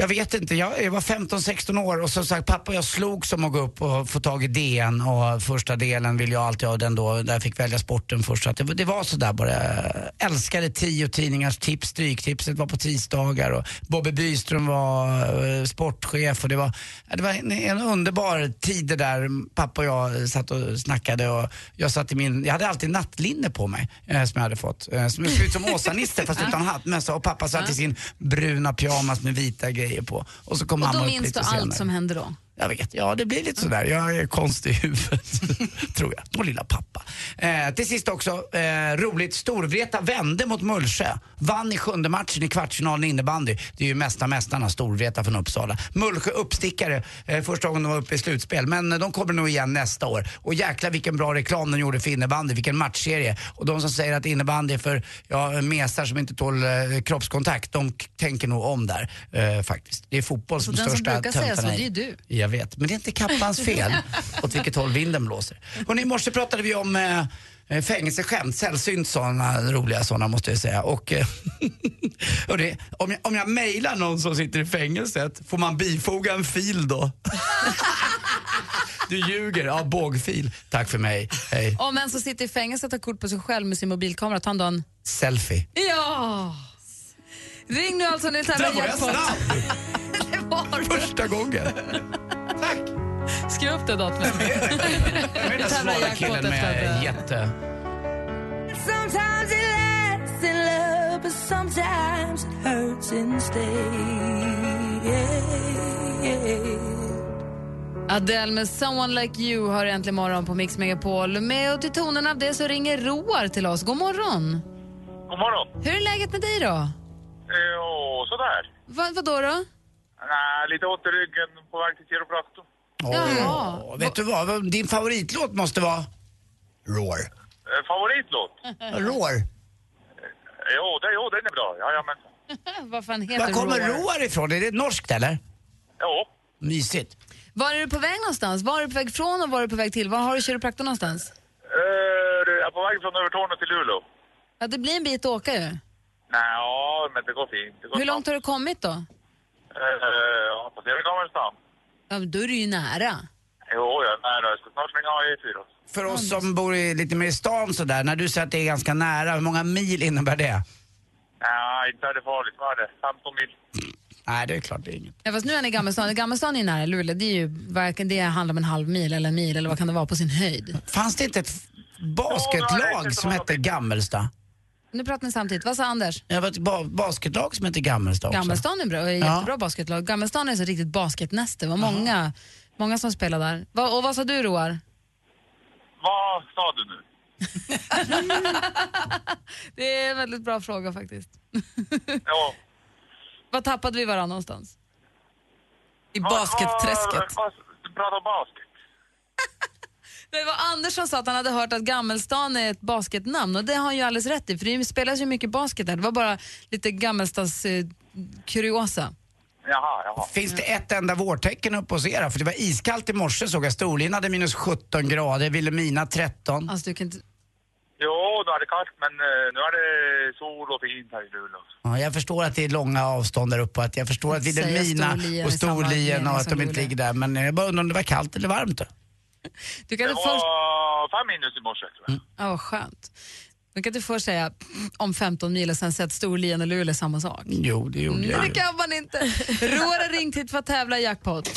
E: Jag vet inte, jag jag var 15-16 år och som sagt pappa och jag slog som att gå upp och få tag i DN och första delen ville jag alltid ha den då, där jag fick välja sporten först. Så att det, var- det var sådär bara. Jag älskade tio tidningars tips, Stryktipset var på tisdagar och Bobby Byström var eh, sportchef och det var, ja, det var en, en underbar tid det där pappa och jag satt och snackade och jag satt i min, jag hade alltid nattlinne på mig eh, som jag hade fått. Eh, som jag såg ut som Åsa-Nisse fast utan hattmössa och pappa satt i sin bruna pyjamas med vita grejer på. Och så kom
A: Och
E: mamma
A: då
E: upp
A: minns du
E: lite
A: allt
E: senare.
A: som hände då?
E: Jag vet, ja det blir lite sådär. Jag är konstig i huvudet, tror jag. Och lilla pappa. Eh, till sist också, eh, roligt, Storvreta vände mot Mullsjö. Vann i sjunde matchen i kvartsfinalen i innebandy. Det är ju mesta mästarna, Storvreta från Uppsala. Mullsjö uppstickare, eh, första gången de var uppe i slutspel. Men eh, de kommer nog igen nästa år. Och jäklar vilken bra reklam de gjorde för innebandy, vilken matchserie. Och de som säger att innebandy är för ja, mesar som inte tål eh, kroppskontakt, de k- tänker nog om där eh, faktiskt. Det är fotboll som
A: den som
E: största
A: brukar säga så,
E: töntarna i.
A: det är du.
E: Jag vet, men det är inte kappans fel åt vilket håll vinden blåser. Hörrni, i morse pratade vi om eh, eh, fängelseskämt, sällsynt sådana, roliga sådana måste jag säga. Och, eh, och det, om, jag, om jag mejlar någon som sitter i fängelset, får man bifoga en fil då? du ljuger, ja bågfil. Tack för mig, hej.
A: Om en som sitter i fängelse och tar kort på sig själv med sin mobilkamera, tar han då en...
E: Selfie.
A: Ja! Ring nu alltså nu tävlar
E: Där var jag
A: jackpot.
E: snabb!
A: Det var du.
E: Första gången.
A: Skriv upp det datorn.
E: Vem är den
A: Nu tävlar
E: smala killen
A: jackpoten för
E: med
A: att-
E: jätte...
M: Sometimes it lasts in love, but sometimes it hurts instead.
A: Adele med Someone Like You hör äntligen morgon på Mix Megapol. Med och till tonen av det så ringer Roar till oss. God morgon!
B: God morgon.
A: Hur är läget med dig då?
B: Jo, sådär.
A: Va, vadå då?
B: Nej, lite ont i ryggen på väg till kiropraktorn.
E: Åh, vet du vad, din favoritlåt måste vara? Roar.
B: Eh, Favoritlåt?
E: Roar.
B: Jo, det, jo, den är bra. Jajamensan.
A: Vad fan heter
E: Var kommer
A: Roar?
E: Roar ifrån? Är det norskt eller?
B: Ja.
E: Mysigt.
A: Var är du på väg någonstans? Var är du på väg från och var är du på väg till? Var har du kiropraktorn någonstans?
B: Eh, Jag är på väg från Övertorneå till Luleå.
A: Ja, det blir en bit att åka ju.
B: Nej, ja, men det går fint. Det går
A: Hur långt har du kommit då?
B: Eh, Jag passerar Gamlestaden.
A: Ja, men då är du ju nära.
B: Jo, jag är nära. Jag ska snart svänga av E4.
E: För oss som bor i, lite mer i stan sådär, när du säger att det är ganska nära, hur många mil innebär det?
B: Nej, inte är det farligt. Vad är det? 15 mil.
E: Nej, det är klart det är inget.
A: Ja, fast nu är ni i Gammelstan. Gammelstan är ju nära Luleå. Det, är ju, verkligen- det handlar om en halv mil eller en mil eller vad kan det vara på sin höjd?
E: Fanns det inte ett f- basketlag som hette Gammelsta?
A: Nu pratar ni samtidigt. Vad sa Anders?
E: Det var ett ba- basketlag som hette Gammelsta också.
A: Gammelstan är bra, är
E: Ja.
A: jättebra basketlag. Gammelstan är så riktigt basketnäste. Det var många, många som spelade där. Va, och vad sa du Roar?
B: Vad sa du nu?
A: Det är en väldigt bra fråga faktiskt. Vad tappade vi varandra någonstans?
F: I
B: Vad-
F: basketträsket.
B: vad- vad- Du pratar basket.
A: Det var Anders som sa att han hade hört att Gammelstan är ett basketnamn och det har han ju alldeles rätt i för det spelas ju mycket basket där. Det var bara lite Gammelstads eh, kuriosa.
B: Jaha, jaha.
E: Finns det ett enda vårtecken uppe hos er? För det var iskallt i morse såg jag. Storlien hade minus 17 grader, Vilhelmina 13.
A: Alltså du kan inte...
B: Jo,
N: var det kallt, men eh, nu är det sol och fint här i Luleå.
E: Ja, jag förstår att det är långa avstånd där uppe och att jag förstår att Vilhelmina
N: Storlien
E: och
N: är samma
E: Storlien
N: gren
E: och att
N: som
E: de inte
N: Luleå.
E: ligger där. Men jag bara undrar om det var kallt eller varmt då?
A: Du kan
N: det var
A: inte först... Mm.
N: fem minus i morse. tror jag.
A: Ja, vad skönt. Du kan inte först säga om 15 mil och sen säga att Storlien och Luleå är samma sak.
N: Mm,
E: Jo, det gjorde
A: Nej, det kan man inte. Roar har ringt hit för att tävla i jackpot.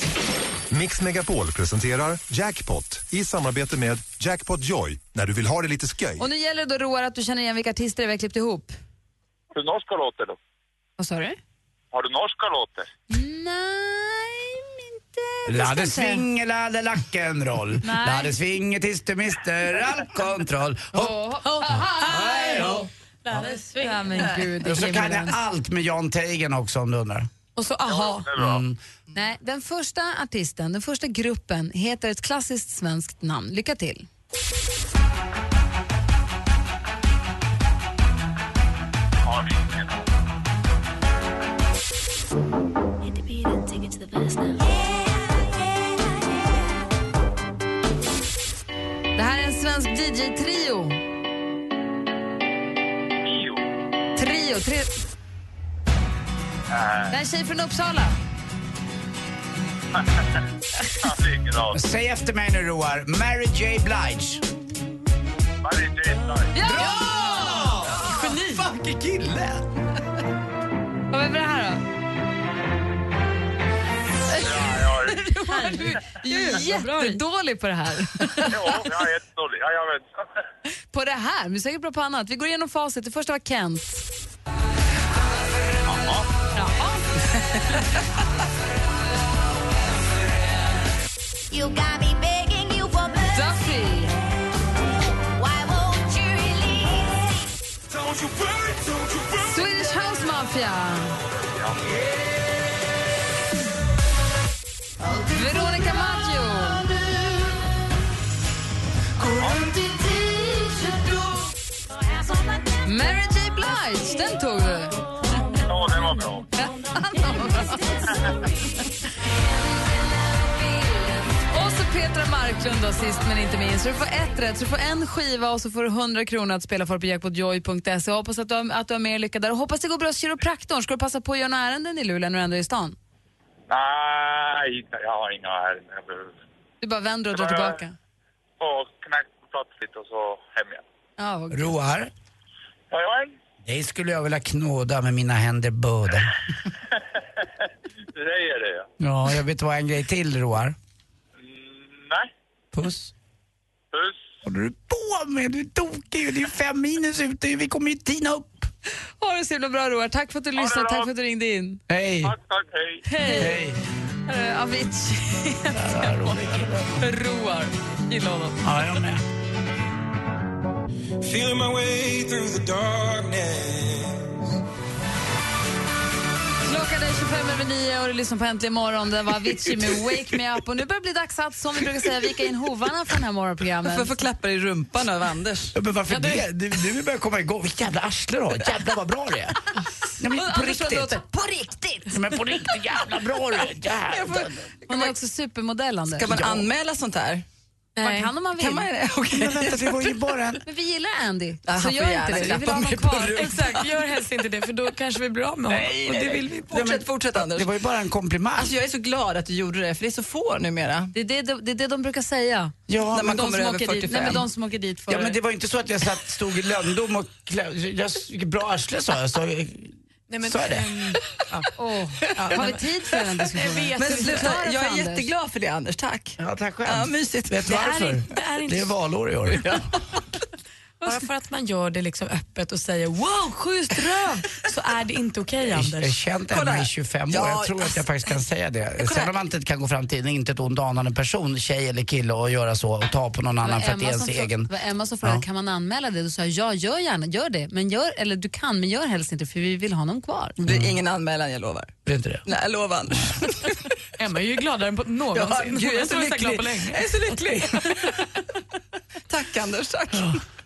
I: Mix Megapol presenterar Jackpot i samarbete med Jackpot Joy när du vill ha det lite skoj.
A: Och nu gäller det då Roar att du känner igen vilka artister vi har klippt ihop.
N: Har du norska låtar då?
A: Vad sa du?
N: Har du norska låtar?
E: Lade
N: ska jag
E: sving, lade lackenroll.
N: Nej.
E: Lade svinge tills du mister all kontroll. Hopp,
G: hopp, hej,
E: hopp.
A: Ja, men gud, det
E: Och så
A: är
E: kan jag
A: briljant.
E: allt med Jan Teigen också om du undrar.
A: Och så aha.
E: Mm.
A: Nej, den första artisten, den första gruppen heter ett klassiskt svenskt namn. Lycka till.
N: Ja, vilken.
A: Det här är en svensk DJ-trio. Trio. Tre...
N: Äh.
A: Det här är en tjej från Uppsala.
E: Säg efter mig nu Roar. Mary J Blige.
N: Mary J Blige.
A: Ja!
E: Geni! Fucking kille!
A: Vad var det här då?
N: Ja, ja.
A: Du är jättedålig på det
N: Ja,
A: här.
N: jag är jättedålig. Ja, jag vet.
A: På det här, men du är säkert bra på annat. Vi går igenom facit. Det första var Kent.
M: You got me begging you for mercy.
A: Duffy.
M: Why won't you release?
A: Swedish House Mafia. Veronica Maggio. Mary J Blige, den tog du.
N: Ja, den var bra.
A: Och så Petra Marklund då, sist men inte minst. Så du får ett rätt, så du får en skiva och så får du 100 kronor att spela för på jackpotjoy.se. Jag Hoppas att du, har, att du har mer lycka där och hoppas det går bra hos kiropraktorn. Ska du passa på att göra några ärenden i Luleå när du ändå är i stan?
N: Nej, inte. jag har inga ärenden. Jag behöver
A: Du bara vänder och drar
N: Ja, ja.
A: tillbaka.
N: få knäcka på plats lite och så hem igen.
A: Ja, vad gud.
E: Roar,
N: Ja, ja,
E: dig skulle jag vilja knåda med mina händer båda.
N: du säger det. ja. Mm,
E: Ja, jag vet vad en grej till Roar.
N: Nej.
E: Puss.
N: Puss.
E: Håller du på med? Du är tokig ju. Det är ju fem minus ute. Vi kommer ju tina upp.
A: Ha det så himla bra Roar. Tack för att du lyssnade, tack för att du ringde in.
E: Hej.
N: Tack, tack, hej.
A: Hej. Hej. Uh, Avicii. Roar. Gillar honom.
E: Ja, jag med.
C: Feeling my way through the darkness.
A: Klockan är 25 över 9 och du lyssnar på Äntligen morgon. Det var Avicii med Wake Me Up. Och nu börjar det bli dags att, som vi brukar säga, vika in hovarna för det här morgonprogrammet.
F: Varför får klappa dig i rumpan av Anders?
E: Men varför det? Du, du börjar komma igång. Vilket jävla arsle du har. Jävlar vad bra det är. Nej, men på
A: Anders,
E: riktigt.
A: låter-
E: På riktigt. Men på riktigt. Jävla bra du är. Jävlar.
A: Hon är också supermodell, Anders.
F: Ska man anmäla sånt här?
A: Man kan om man vill.
F: Kan man det? Okej.
E: Men vänta, det var ju bara en...
A: Men vi gillar Andy,
F: Ja,
A: så
F: han får
A: gör inte
F: gärna
A: det. Vi vill
F: klappa
A: ha honom
F: mig på
A: kvar.
F: ryggen.
G: Exakt, gör helst inte det för då kanske vi blir av med honom. och det vill vi inte.
F: Fortsätt, fortsätt Anders.
E: Det var ju bara en komplimang.
F: Alltså, jag är så glad att du gjorde det, för det är så få numera.
A: Det är det, de- det är det de brukar säga.
E: Ja,
F: När man
E: men
A: de
F: kommer
A: som
F: över
A: åker dit, nej,
F: 45.
A: men de som åker dit för
E: Ja, men det var ju inte så att jag satt, stod i lönndom och klä, jag, Vilket bra arsle sa jag. Så,
G: Nej, men,
E: så är det.
G: ehm,
A: Åh, har vi tid för den diskussionen?
G: Jag vet
F: Men
G: inte.
F: sluta, jag är
A: Anders.
F: jätteglad för det Anders, tack.
E: Ja, tack själv.
F: Ja, mysigt.
E: Vet du
F: Det är
E: varför?
F: inte-
G: det är inte-
E: det är valår i år.
G: Bara för att man gör det liksom öppet och säger wow, schysst röv, så är det inte okej
E: Jag har
G: Anders.
E: eh, känt
G: Kolla
E: henne
G: här.
E: i 25 år.
G: Ja,
E: Jag tror att jag faktiskt kan säga det.
G: kolla
E: Sen
G: här.
E: om man inte kan gå fram till inte ett ont anande person, tjej eller kille, och göra så och ta på någon
A: Det var
E: annan för att det är
A: Emma
E: ens
A: som frå-
E: egen.
A: Det var Emma som frågade, kan man anmäla det? Då sa jag, ja, gör gärna, gör det. Men gör, eller du kan, men gör helst inte för vi vill ha honom kvar.
F: Det är ingen anmälan, jag lovar.
E: Det är inte det?
F: Nej, jag lovar Anders.
G: Emma är ju gladare än på
F: Ja,
G: någonsin.
F: gud,
G: Hon
F: jag
G: har
F: är
G: inte
F: så
G: varit så glad
F: lycklig.
G: på länge.
F: Jag är så lycklig. tack Anders, tack.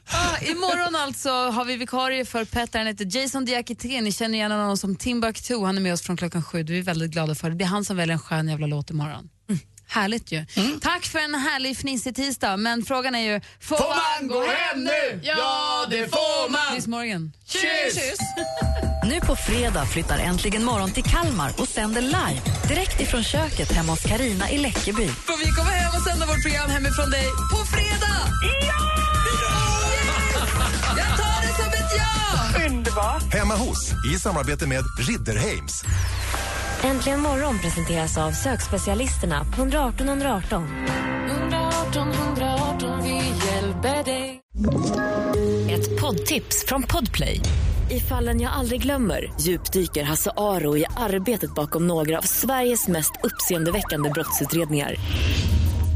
A: Ah, imorgon alltså har vi vikarie för Petter, han heter Jason Diakité. Ni känner igen honom som Timbuktu, han är med oss från klockan sju. Vi är väldigt glada för det. Det är han som väljer en skön jävla låt imorgon. Mm. Härligt ju. Tack för en härlig fnissig tisdag, men frågan är ju... Får, man gå hem nu?
D: Ja, det får man.
A: Miss Morgan.
D: Kyss! Nu på fredag flyttar Äntligen morgon till Kalmar och sänder live direkt ifrån köket hemma hos Karina i Läckeby.
A: Får vi komma hem och sända vårt program hemifrån dig på fredag? Ja! Jag tar det som ett ja!
M: Underbart!
I: Hemma hos, i samarbete med Ridderheims.
J: Äntligen morgon presenteras av sökspecialisterna på 118 118.
O: 118 118, vi hjälper dig.
J: Ett poddtips från Podplay. I fallen jag aldrig glömmer djupdyker Hasse Aro i arbetet bakom några av Sveriges mest uppseendeväckande brottsutredningar.